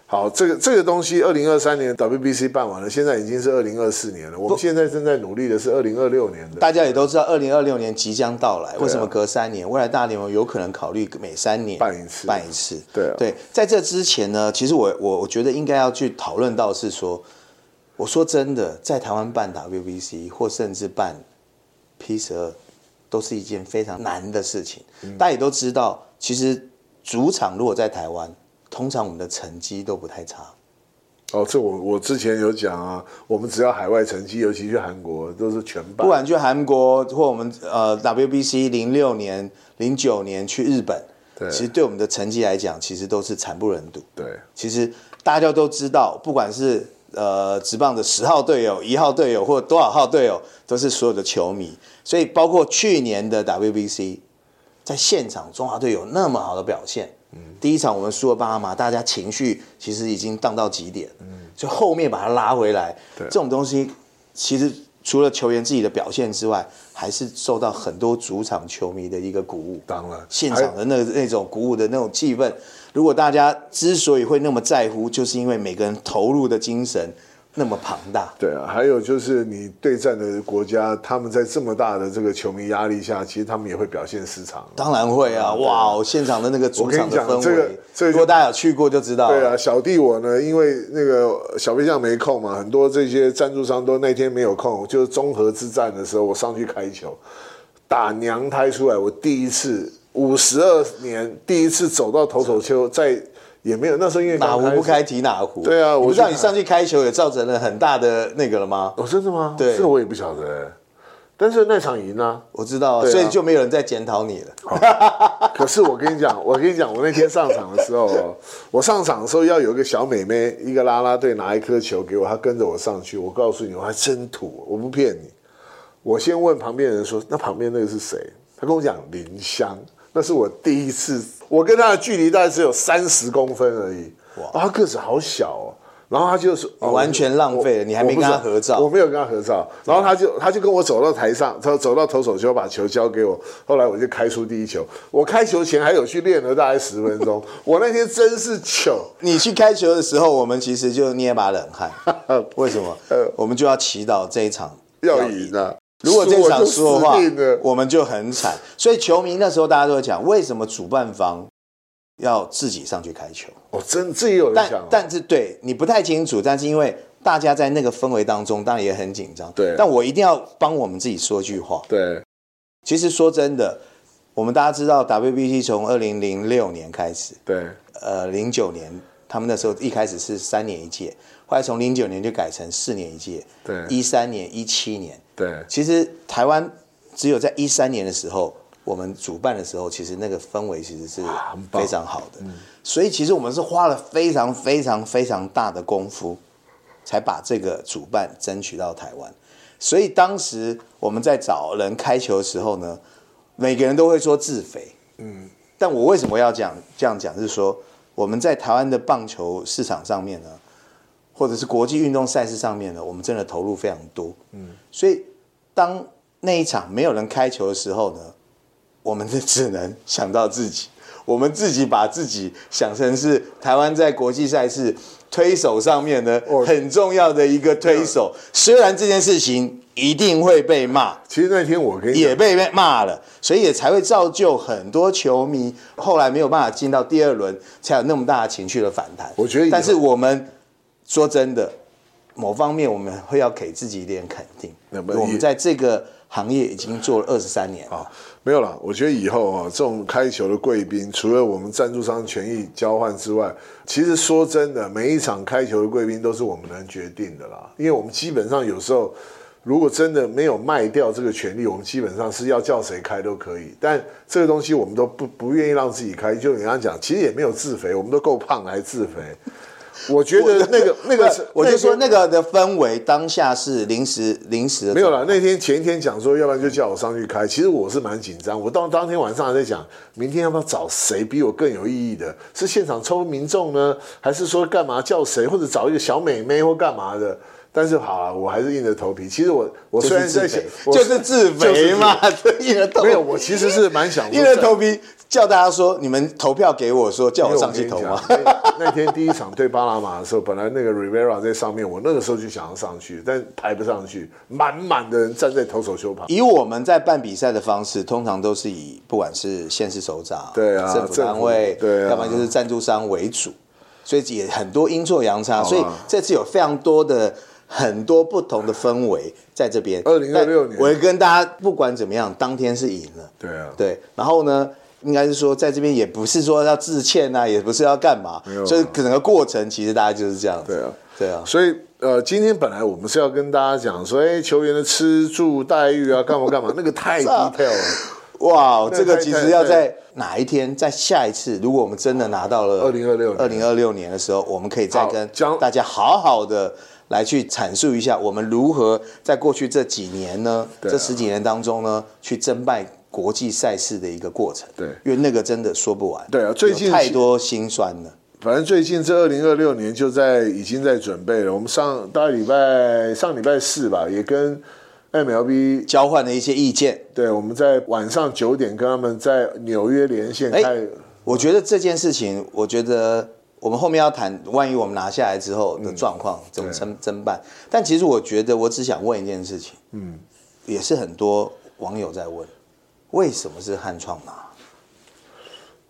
好，这个这个东西，二零二三年 WBC 办完了，现在已经是二零二四年了，我们现在正在努力的是二零二六年的。啊
大家也都知道，二零二六年即将到来，为什么隔三年？未来大联盟有可能考虑每三年
办一次
办一次。
对啊
对，在这之前呢，其实我我我觉得应该要去讨论到是说，我说真的，在台湾办 WBC 或甚至办 P 十二，都是一件非常难的事情。
嗯
大家也都知道，其实主场如果在台湾，通常我们的成绩都不太差。
哦，这我我之前有讲啊，我们只要海外成绩，尤其去韩国都是全办
不。管去韩国或我们呃 WBC 零六年、零九年去日本，
对
其实对我们的成绩来讲，其实都是惨不忍睹。
对，
其实大家都知道，不管是呃职棒的十号队友、一号队友或多少号队友，都是所有的球迷。所以包括去年的 WBC，在现场中华队有那么好的表现，第一场我们输了巴哈马，大家情绪其实已经荡到极点，所以后面把它拉回来，这种东西其实除了球员自己的表现之外，还是受到很多主场球迷的一个鼓舞。
当然
现
还
场的那那种鼓舞的那种气氛，如果大家之所以会那么在乎，就是因为每个人投入的精神那么庞大。
对啊，还有就是你对战的国家，他们在这么大的这个球迷压力下，其实他们也会表现失常。
当然会啊，哇哦，现场的那个主
我
场的
跟你讲
氛
这个
围，
这个就
如果大家有去过就知道了。
对啊，小弟我呢，因为那个小飞象没空嘛，很多这些赞助商都那天没有空，就是综合之战的时候，我上去开球，打娘胎出来，我第一次五十二年第一次走到投手丘，在也没有那时候因为
哪
刚
壶不
始，
开提哪壶。
对啊
我
我
不知道
去
你
看
上去开球也造成了很大的那个了吗？
哦，真的吗？
对
这个我也不晓得、但是那场赢啊，
我知道啊，
对啊
所以就没有人再检讨你 了。
可是我跟你讲，我跟你讲，我那天上场的时候哦，我上场的时候要有一个小美眉，一个啦啦队拿一颗球给我，她跟着我上去。我告诉你，我还真土，我不骗你。我先问旁边人说：“那旁边那个是谁？”他跟我讲林香，那是我第一次，我跟他的距离大概只有三十公分而已。哇、他个子好小哦。然后他就是、哦、
完全浪费了
我
你还没
我不知道
跟他合照
我没有跟他合照。然后他就他就跟我走到台上，他走到投手球把球交给我。后来我就开出第一球。我开球前还有去练了大概十分钟。 我那天真是糗。
你去开球的时候，我们其实就捏把冷 汗。为什么
呃？
我们就要祈祷这一场
要赢啊！
如果这场输的
输我
话
就死定了，
我们就很惨。所以球迷那时候大家都会讲，为什么主办方要自己上去开球？
我真自己有人
但
讲哦，
但是对你不太清楚，但是因为大家在那个氛围当中，当然也很紧张。
对
但我一定要帮我们自己说句话。
对
其实说真的，我们大家知道 WBC 从二零零六年开始，
对
呃，零九年他们那时候一开始是三年一届，后来从零九年就改成四年一届，
对
一三年、一七年，
对
其实台湾只有在一三年的时候，我们主办的时候，其实那个氛围其实是
棒
非常好的。所以其实我们是花了非常非常非常大的功夫，才把这个主办争取到台湾。所以当时我们在找人开球的时候呢，每个人都会说自肥。但我为什么要讲这样讲？是说我们在台湾的棒球市场上面呢，或者是国际运动赛事上面呢，我们真的投入非常多。嗯，所以当那一场没有人开球的时候呢，我们就只能想到自己， 我们自己把自己想成是台湾在国际赛事推手上面呢
哦
很重要的一个推手。虽然这件事情一定会被骂，
其实那天我跟你讲
也被被骂了，所以也才会造就很多球迷后来没有办法进到第二轮，才有那么大的情绪的反弹。
我觉得有
但是我们说真的，某方面我们会要给自己一点肯定
那，么也哦
我们在这个行业已经做了二十三年了。
没有啦，我觉得以后啊，这种开球的贵宾，除了我们赞助商权益交换之外，其实说真的，每一场开球的贵宾都是我们能决定的啦。因为我们基本上有时候，如果真的没有卖掉这个权利，我们基本上是要叫谁开都可以。但这个东西我们都不不愿意让自己开，就人家讲，其实也没有自肥，我们都够胖了还自肥。我觉得那个那个是，
我就说
那天
那个的氛围当下是临时临时的，
没有啦，那天前一天讲说，要不然就叫我上去开。其实我是蛮紧张，我到当天晚上还在想，明天要不要找谁比我更有意义的？是现场抽民众呢，还是说干嘛叫谁，或者找一个小美眉或干嘛的？但是好了，我还是硬着头皮。其实我我
就
虽然
是自
在想
肥，，
我
就是自肥嘛，这硬着头皮
没有，我其实是蛮想说
硬着头皮叫大家说，你们投票给我说，叫我上去投
因为
吗
我？跟你讲？那那天第一场对巴拿马的时候，本来那个 Rivera 在上面，我那个时候就想要上去，但排不上去，满满的人站在投手球旁。
以我们在办比赛的方式，通常都是以不管是县市首长、
对啊
政府单位
政，府对啊
要不然就是赞助商为主，所以也很多阴错阳差，
啊
所以这次有非常多的很多不同的氛围在这边。
2026
但我也跟大家不管怎么样，当天是赢了，
对啊
对，然后呢？应该是说，在这边也不是说要致歉啊，也不是要干嘛
没有，啊
就是整个过程其实大家就是这样子。
对啊，
对啊，
所以呃，今天本来我们是要跟大家讲说，哎，球员的吃住待遇啊，干嘛干嘛， 那个太 detail 了。
哇，
那
这个
太
其
太
实要
太
在哪一天，在下一次，如果我们真的拿到了
2026
二零二六年的时候，我们可以再
好
跟
讲
大家好好的来去阐述一下，我们如何在过去这几年呢，
对啊
这十几年当中呢，去争败国际赛事的一个过程。
对
因为那个真的说不完。
对啊最近
有太
是
多心酸了。
反正最近这二零二六年就在已经在准备了。我们上大概礼拜上礼拜四吧，也跟 MLB
交换了一些意见，
对，我们在晚上九点跟他们在纽约连线
哎
开。
我觉得这件事情，我觉得我们后面要谈，万一我们拿下来之后的状况、怎么争争办？但其实我觉得，我只想问一件事情，嗯，也是很多网友在问，为什么是汉创拿？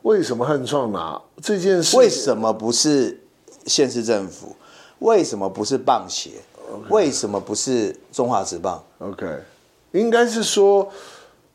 为什么汉创拿这件事？
为什么不是县市政府？为什么不是棒协？为什么不是中华职棒
OK，应该是说，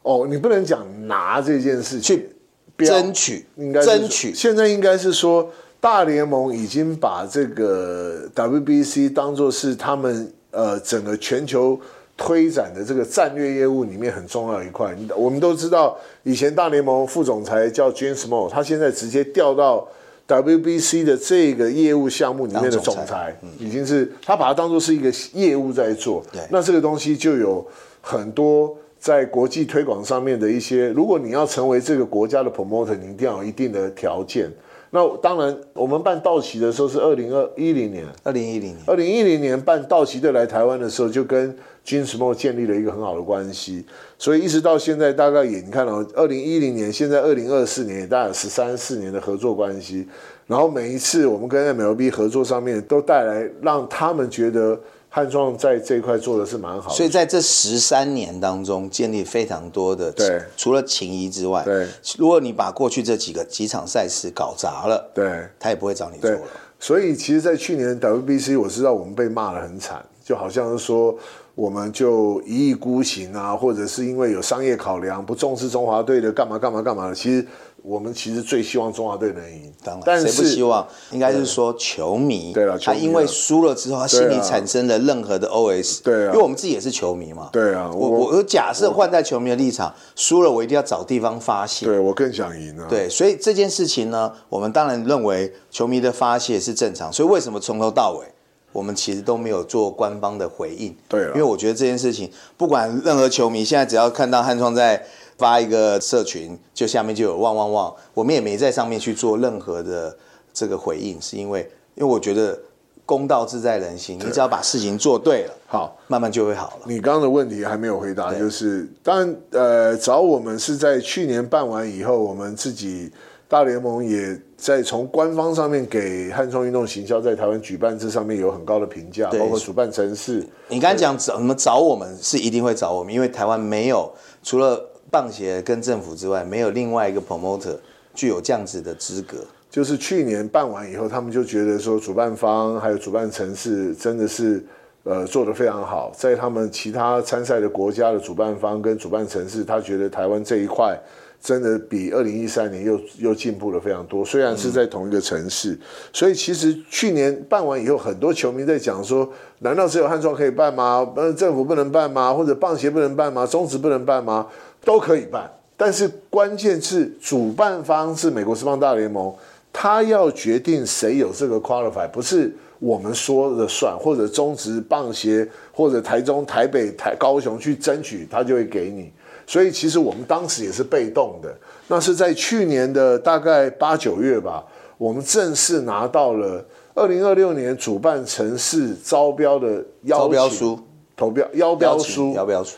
哦，你不能讲拿这件事情
去
标
争取
应该是
争取
现在应该是说，大联盟已经把这个 WBC 当做是他们呃整个全球推展的这个战略业务里面很重要的一块。你我们都知道，以前大联盟副总裁叫 James Mo，他现在直接调到 WBC 的这个业务项目里面的
当总
总
裁
裁，已经是他把它当做是一个业务在做。
对
那这个东西就有很多在国际推广上面的一些，如果你要成为这个国家的 promoter，你一定要有一定的条件。那当然，我们办道奇的时候是二零二一零年，
二零一零年？
二零一零年办道奇队来台湾的时候，就跟 Jim Small 建立了一个很好的关系，所以一直到现在，大概也你看哦，二零一零年，现在二零二四年，也大概有十三四年的合作关系。然后每一次我们跟 MLB 合作上面，都带来让他们觉得汉创在这一块做的是蛮好的
所。以在这十三年当中，建立非常多的
对
除了情谊之外，
对，
如果你把过去这几个几场赛事搞砸了，
对
他也不会找你做
对
了。，
所以其实，在去年 WBC，我知道我们被骂得很惨，就好像是说我们就一意孤行啊，或者是因为有商业考量不重视中华队的干嘛干嘛干嘛的。其实我们其实最希望中华队能赢，
当然，
但
谁不希
是
望？啊应该是说球迷，
对啦球
他
迷
因为
啦
输了之后，他心里
对啊
产生了任何的 OS，
对啊
因为我们自己也是球迷嘛，
对啊
我
我
我我假设换在球迷的立场，输了我一定要找地方发泄，
对我更想赢啊。
对，所以这件事情呢，我们当然认为球迷的发泄是正常，所以为什么从头到尾我们其实都没有做官方的回应？
对了
因为我觉得这件事情，不管任何球迷，现在只要看到汉创在发一个社群，就下面就有旺旺旺，我们也没在上面去做任何的这个回应，是因为因为我觉得公道自在人心，你只要把事情做对了，
好，
慢慢就会好了。
你刚刚的问题还没有回答，就是当然呃，找我们是在去年办完以后，我们自己大联盟也在从官方上面给汉创运动行销在台湾举办这上面有很高的评价，
对
包括主办城市。
你刚才讲怎么找我们是一定会找我们，因为台湾没有除了棒协跟政府之外，没有另外一个 promoter 具有这样子的资格。
就是去年办完以后，他们就觉得说主办方还有主办城市真的是呃做得非常好，在他们其他参赛的国家的主办方跟主办城市，他觉得台湾这一块真的比二零一三年又又进步了非常多。虽然是在同一个城市，所以其实去年办完以后，很多球迷在讲说，难道只有汉庄可以办吗？呃，政府不能办吗？或者棒协不能办吗？中职不能办吗？都可以办，但是关键是主办方是美国职棒大联盟。他要决定谁有这个 qualify，不是我们说了算，或者中职棒协，或者台中、台北、台高雄去争取，他就会给你。所以其实我们当时也是被动的。那是在去年的大概八九月吧，我们正式拿到了二零二六年主办城市招标的邀
招
请
标书、
投标邀标
邀请
书、
要不要出？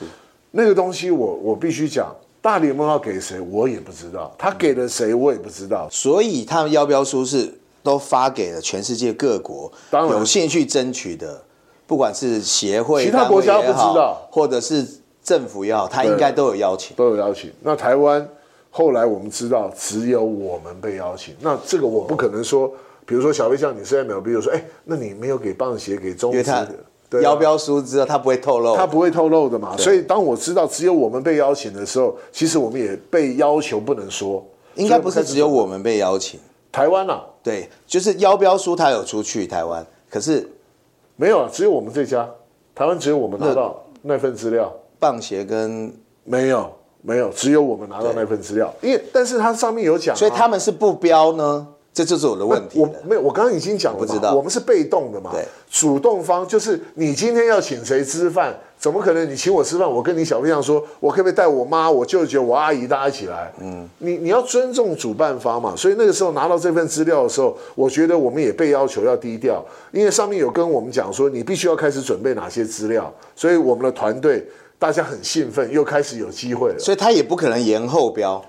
那个东西我，我必须讲，大联盟要给谁我也不知道，他给了谁我也不知道。
所以他们要标书是都发给了全世界各国
当然
有兴趣争取的，不管是协会、
其他国家
单位也
不
好
知道
或者是政府也好，他应该都有邀请。
都有邀请。那台湾后来我们知道，只有我们被邀请。那这个我不可能说，比如说小飞象，你是 MLB 就说，哎、那你没有给棒协给中
因为
职
他
的，对啊
邀标书之后，他不会透露。
他不会透露的嘛。所以当我知道只有我们被邀请的时候，其实我们也被要求不能说，
应该
所以
不是
开始
只有我们被邀请，
台湾啊，
对，就是邀标书他有出去台湾，可是
没有啊，只有我们这家，台湾只有我们拿到那份资料。
棒协跟
没有，没有，只有我们拿到那份资料，因为但是它上面有讲啊、
所以他们是不标呢，这就是我的问题
我
了。
没有，我刚刚已经讲了嘛，
我不知道
我们是被动的嘛
对，
主动方就是你今天要请谁吃饭，怎么可能你请我吃饭，我跟你小姑娘说，我可不可以带我妈、我舅舅、我阿姨大家一起来？嗯，你你要尊重主办方嘛，所以那个时候拿到这份资料的时候，我觉得我们也被要求要低调，因为上面有跟我们讲说，你必须要开始准备哪些资料，所以我们的团队大家很兴奋，又开始有机会了。
所以他也不可能延后标，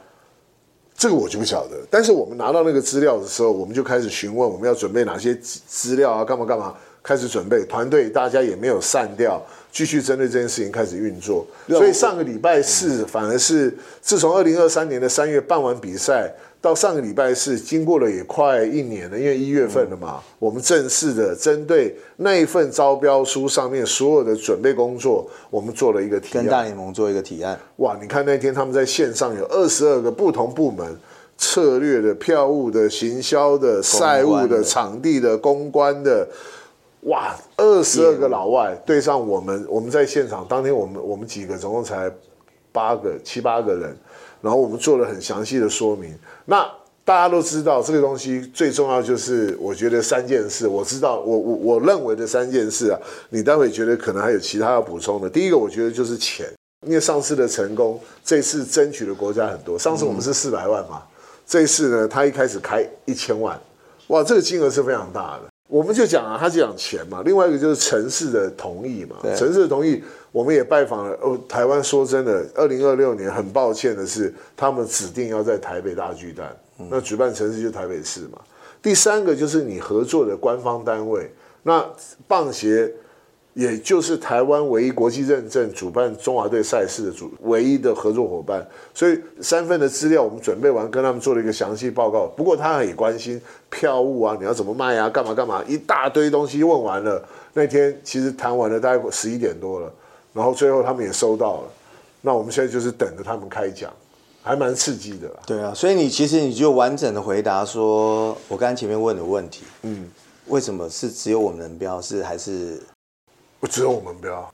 这个我就不晓得。但是我们拿到那个资料的时候，我们就开始询问我们要准备哪些资资料啊，干嘛干嘛，开始准备。团队大家也没有散掉，继续针对这件事情开始运作。所以上个礼拜四反而是自从二零二三年的三月办完比赛到上个礼拜四，经过了也快一年了，因为一月份了嘛，我们正式的针对那一份招标书上面所有的准备工作，我们做了一个提案
跟。大联盟做一个提案。
哇，你看那天他们在线上有二十二个不同部门，策略的、票务的、行销的、赛务的、
的
场地的、公关的，哇，二十二个老外对上我们，我们在现场当天我们我们几个总共才八个七八个人，然后我们做了很详细的说明。那大家都知道这个东西最重要就是，我觉得三件事，我知道我我我认为的三件事啊，你待会觉得可能还有其他要补充的。第一个，我觉得就是钱。因为上次的成功，这次争取的国家很多。上次我们是四百万嘛，这次呢，他一开始开一千万，哇，这个金额是非常大的。我们就讲啊，他就讲钱嘛，另外一个就是城市的同意嘛，城市的同意，我们也拜访了。哦，台湾说真的，二零二六年很抱歉的是，他们指定要在台北大巨蛋，那举办城市就是台北市嘛。第三个就是你合作的官方单位，那棒协也就是台湾唯一国际认证主办中华队赛事的主唯一的合作伙伴，所以三份的资料我们准备完，跟他们做了一个详细报告。不过他很关心票务啊，你要怎么卖啊，干嘛干嘛，一大堆东西问完了。那天其实谈完了，大概十一点多了，然后最后他们也收到了。那我们现在就是等着他们开奖，还蛮刺激的啦。
对啊，所以你其实你就完整的回答说，我刚才前面问的问题，嗯，为什么是只有我们能标，是还是
只有我们不要。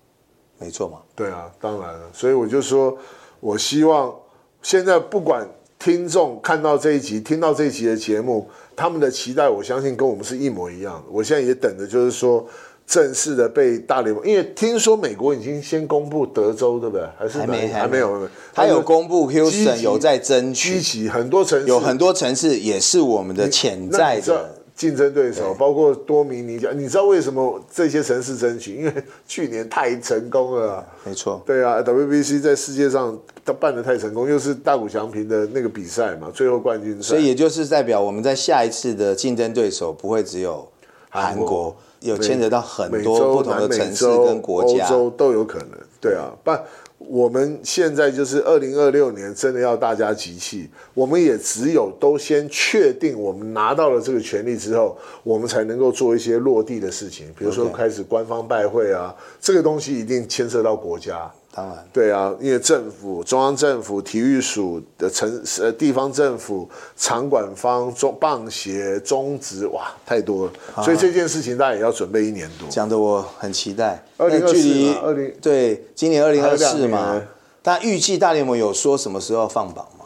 没错嘛？
对啊，当然了，所以我就说，我希望现在不管听众看到这一集、听到这一集的节目，他们的期待，我相信跟我们是一模一样的。我现在也等着，就是说正式的被大联盟，因为听说美国已经先公布德州，嗯对不对？还是
还
哪
没
里还没有，
他有公布
积极
Houston 有在争
积
取，
极很多城市
有很多城市也是我们的潜
那
在
你知道
的。
竞争对手，包括多米尼加，你知道为什么这些城市争取？因为去年太成功了啊。
没错，
对啊，WBC 在世界上他办的太成功，又是大谷翔平的那个比赛嘛，最后冠军赛。
所以也就是代表我们在下一次的竞争对手不会只有韩
韩
国
国，
有牵扯到很多不同的城市跟国家，
欧洲都有可能。对啊，但我们现在就是二零二六年，真的要大家集气，我们也只有都先确定我们拿到了这个权利之后，我们才能够做一些落地的事情，比如说
OK
开始官方拜会啊，这个东西一定牵涉到国家。
当然
对啊，因为政府、中央政府、体育署的城呃地方政府、场馆方、中棒协、中职，哇，太多了。所以这件事情大家也要准备一年多。
讲的我很期待。
2024
那距离
嘛20
对今年二零
还有
二
两
四
年
嘛，但预计大联盟有说什么时候放榜吗？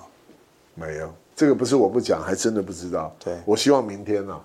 没有，这个不是我不讲，还真的不知道。
对
我希望明天啊。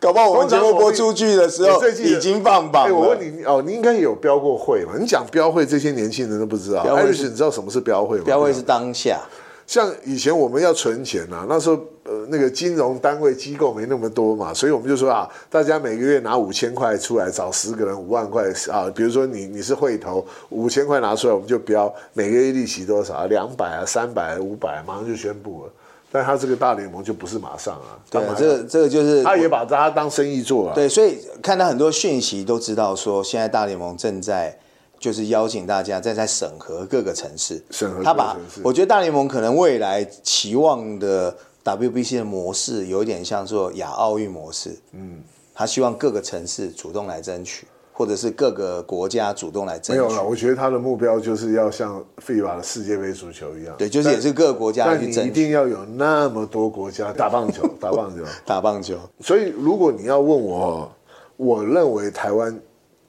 搞不好我们节目播出去的时候
哎我最近
已经放榜
哎
了。
我问你哦，你应该也有标过会吧？你讲标会，这些年轻人都不知道。
标
艾
会是
瑞斯，你知道什么是标会吗？
标位是当下，
像以前我们要存钱啊，那时候呃那个金融单位机构没那么多嘛，所以我们就说啊，大家每个月拿五千块出来，找十个人五万块啊，比如说你你是会投五千块拿出来，我们就标每个月利息多少，两百啊、三百、啊、五百，马上就宣布了。但他这个大联盟就不是马上啊，
对
干
啊
嘛，
这个这个就是
他也把大家当生意做啊。
对，所以看到很多讯息都知道说，现在大联盟正在就是邀请大家在在审核各个城市，
审核各个
他把
城市
我觉得大联盟可能未来期望的 WBC 的模式有一点像做亚奥运模式，嗯，他希望各个城市主动来争取，或者是各个国家主动来争
没有
取
了，，我觉得他的目标就是要像 FIBA 的世界杯足球一样，
对，就是也是各个国家
但
去
你一
争取
定要有那么多国家打棒球，打棒 球。
打棒球，
所以如果你要问我哦，我认为台湾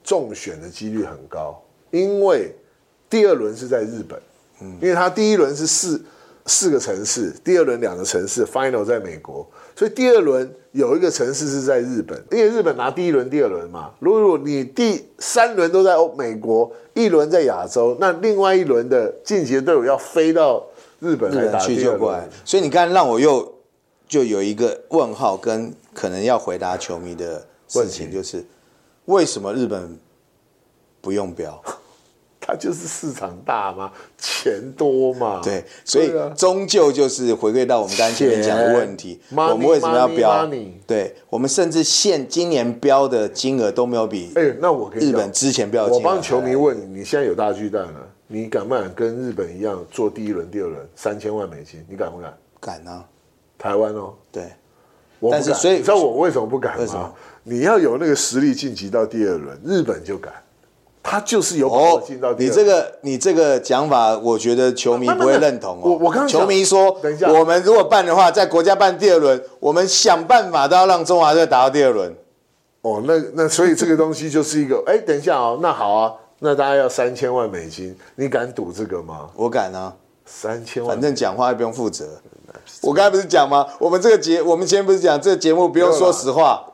中选的几率很高，因为第二轮是在日本，因为它第一轮是四四个城市，第二轮两个城市，final 在美国，所以第二轮有一个城市是在日本，因为日本拿第一轮、第二轮嘛。如果你第三轮都在欧美国，一轮在亚洲，那另外一轮的晋级的队伍要飞到日本
日
来打
本去
第二
就过
轮
来。，所以你刚才让我又就有一个问号，跟可能要回答球迷的事情，就是为什么日本不用标？
啊它就是市场大嘛，钱多嘛。
对，所以
对啊
终究就是回归到我们刚才前面讲的问题，
钱，money，啊
我们为什么要
money，
标
money？
对，我们甚至现今年标的金额都没有比
哎、那我跟你
日
讲
本之前标的
我
金额还来。
帮球迷问你，你现在有大巨蛋了，你敢不敢跟日本一样做第一轮、第二轮三千万美金？你敢不敢？
敢啊，
台湾哦，
对，
我不
但
敢。
是所以
你知道我为什么不敢
为什么
吗？你要有那个实力晋级到第二轮，日本就敢，他就是有把握
哦
进到，第
你
二轮。
这个你这个讲法，我觉得球迷不会认同哦。
我我刚刚讲
球迷说
等一下，
我们如果办的话，在国家办第二轮，我们想办法都要让中华队打到第二轮。
哦，那那所以这个东西就是一个， 哎、等一下哦，那好啊，那大家要三千万美金，你敢赌这个吗？
我敢啊，
三千万
反，正讲话又不用负责。我刚才不是讲吗？我们这个节，我们今天不是讲这个节目不用说实话，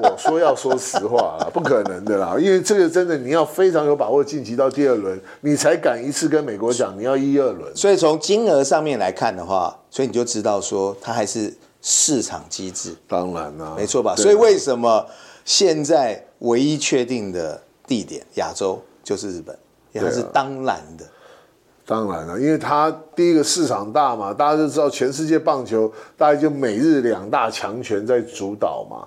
我说要说实话啦， 不可能的啦，因为这个真的你要非常有把握晋级到第二轮，你才敢一次跟美国讲你要一二轮。
所以从金额上面来看的话，所以你就知道说它还是市场机制。
当然啦、
没错吧？
对
所以为什么现在唯一确定的地点亚洲就是日本，因为它是
啊
当然的。
当然了，因为它第一个市场大嘛，大家就知道全世界棒球大概就美日两大强权在主导嘛，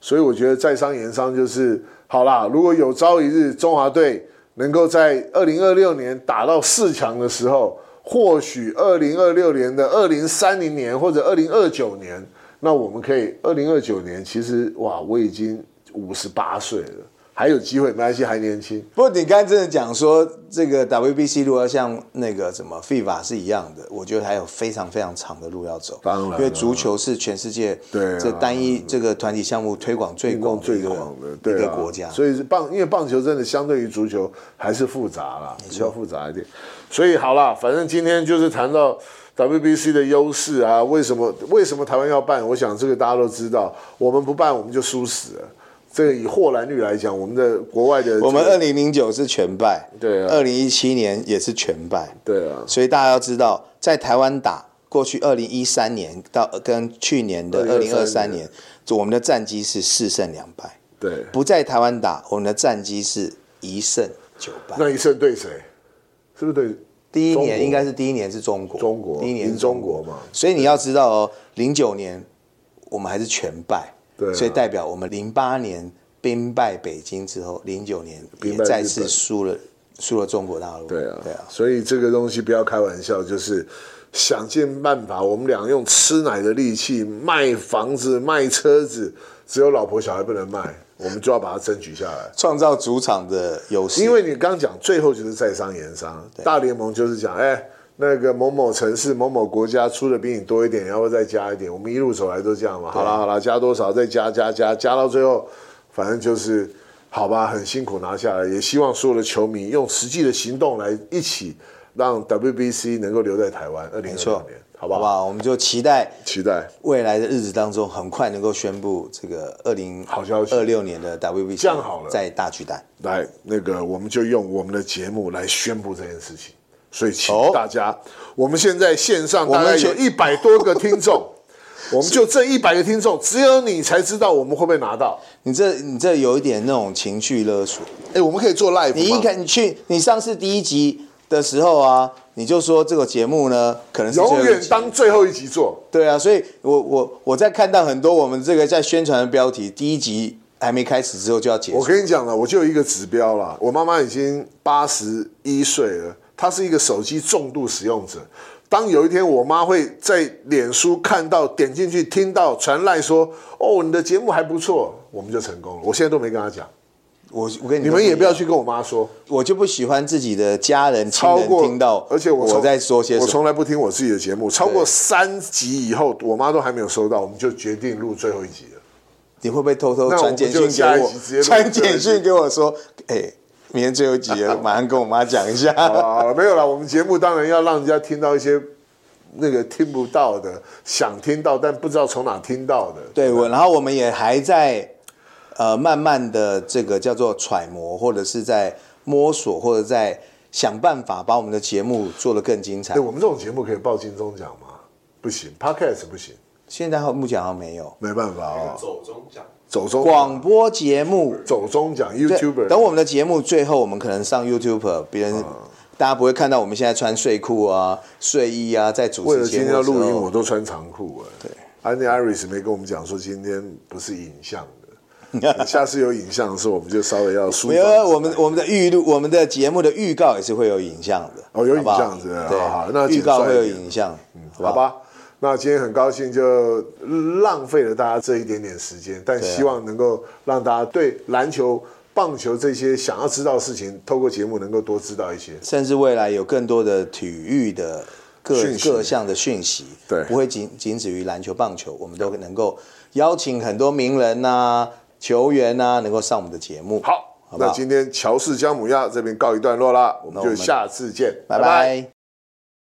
所以我觉得在商言商就是好啦。如果有朝一日中华队能够在二零二六年打到四强的时候，或许二零二六年的二零三零年或者二零二九年，那我们可以二零二九年其实哇，我已经五十八岁了，还有机会，没关系，还年轻。
不过你刚才真的讲说，这个 WBC 如果要像那个什么 FIFA 是一样的，我觉得还有非常非常长的路要走。
当然了啊
因为足球是全世界
对啊
这单一这个团体项目推广最
运动
广
最
一个
广的对
一个
啊
国家。
所以是棒，因为棒球真的相对于足球还是复杂啦，比较复杂一点。所以好啦，反正今天就是谈到 WBC 的优势啊，为什么为什么台湾要办？我想这个大家都知道，我们不办我们就输死了。这个以霍兰率来讲，我们的国外的这个
我们二零零九是全败，
对啊
二零一七年也是全败，
对啊
所以大家要知道，在台湾打过去二零一三年到跟去年的二零二
2023
三
年
年，我们的战绩是四胜两败；
对
不在台湾打，我们的战绩是一胜九败。
那一胜对谁？是不是对？
第一
中
年
国
应该是第一年是中国，
中国
第一年是
赢中国嘛
所以你要知道哦，零九年我们还是全败，
对啊
所以代表我们零八年兵败北京之后，零九年也
兵败日
再次
本
输了输了中国大陆。
对啊，
对啊，
所以这个东西不要开玩笑，就是想尽办法，我们俩用吃奶的力气卖房子、卖车子，只有老婆小孩不能卖，我们就要把它争取下来。
创造主场的优势。
因为你刚讲，最后就是在商言商，大联盟就是讲，哎，那个某某城市、某某国家出的比你多一点，要不要再加一点？我们一路走来都这样嘛。好啦好啦，加多少再加加加，加到最后，反正就是好吧，很辛苦拿下来，也希望所有的球迷用实际的行动来一起让 WBC 能够留在台湾。二零二
没
六
错
年，，好不
好不
好？
好？我们就期待
期待。
未来的日子当中，很快能够宣布这个二零
好消息
二六年的 WBC
这样好了
在大巨蛋。
来，那个我们就用我们的节目来宣布这件事情。所以，请
哦
大家，我们现在线上大
我
概
们
有
全
一百多个听众， 我们就这一百个听众，只有你才知道我们会不会拿到。
你这你这有一点那种情绪勒索。
哎，我们可以做 live
你一
吗？
开你去你上次第一集的时候啊，你就说这个节目呢可能是最后一
永
集
远当最后一集做。
对啊，所以我我我在看到很多我们这个在宣传的标题，第一集还没开始之后就要结
我
束。
跟你讲了，我就有一个指标啦。我妈妈已经八十一岁了，她是一个手机重度使用者。当有一天我妈会在脸书看到、点进去听到传来说：“哦，你的节目还不错”，我们就成功了。我现在都没跟她讲，
我我跟你
你们也不要
去，
去跟我妈说，
我就不喜欢自己的家人亲
超
人
过
听到，
而且我从
在说些
我
什么。
从来不听我自己的节目，超过三集以后，我妈都还没有收到，我们就决定录最后一集了。
你会不会偷偷
那我
传
们就
简讯给
下一集直接
我？
录
传简讯给我说，哎、明天最后一集了，马上跟我妈讲一下。
好了好了，没有了。我们节目当然要让人家听到一些那个听不到的，想听到但不知道从哪听到的。
对，我然后我们也还在呃慢慢的这个叫做揣摩，或者是在摸索，或者在想办法把我们的节目做得更精彩
对，。我们这种节目可以报金钟奖吗？不行，Podcast 不行，
现在目前好像没有
没办法哦。
走中奖，
走中
广播节目。
走中奖
对
，YouTuber
等我们的节目最后，我们可能上 YouTube，别人、
啊
大家不会看到我们现在穿睡裤啊、睡衣啊，在主
为
持
了
节
今
目
天
的
要
时候
录音，我都穿长裤哎。对，Andy Iris 没跟我们讲说今天不是影像 的，下次有影像的时候我们就稍微要梳妆
没
一下。
有，啊我们我们的预录，我们的节目的预告也是会有影像的。
哦有影像
好不好
是不是
对，
好好那
预告
请
会
帅一
有
点嗯
影像，好不
好
好？
吧。那今天很高兴，就浪费了大家这一点点时间，但
啊
希望能够让大家对篮球、棒球这些想要知道的事情，透过节目能够多知道一些。
甚至未来有更多的体育的各
讯息
各项的讯息，
对
不会仅仅止于篮球、棒球，我们都能够邀请很多名人呐、球员呐、能够上我们的节目。
好，
好不
那
好？
今天乔氏姜母鸭这边告一段落啦，我
那
们
我们
就下次见，
拜拜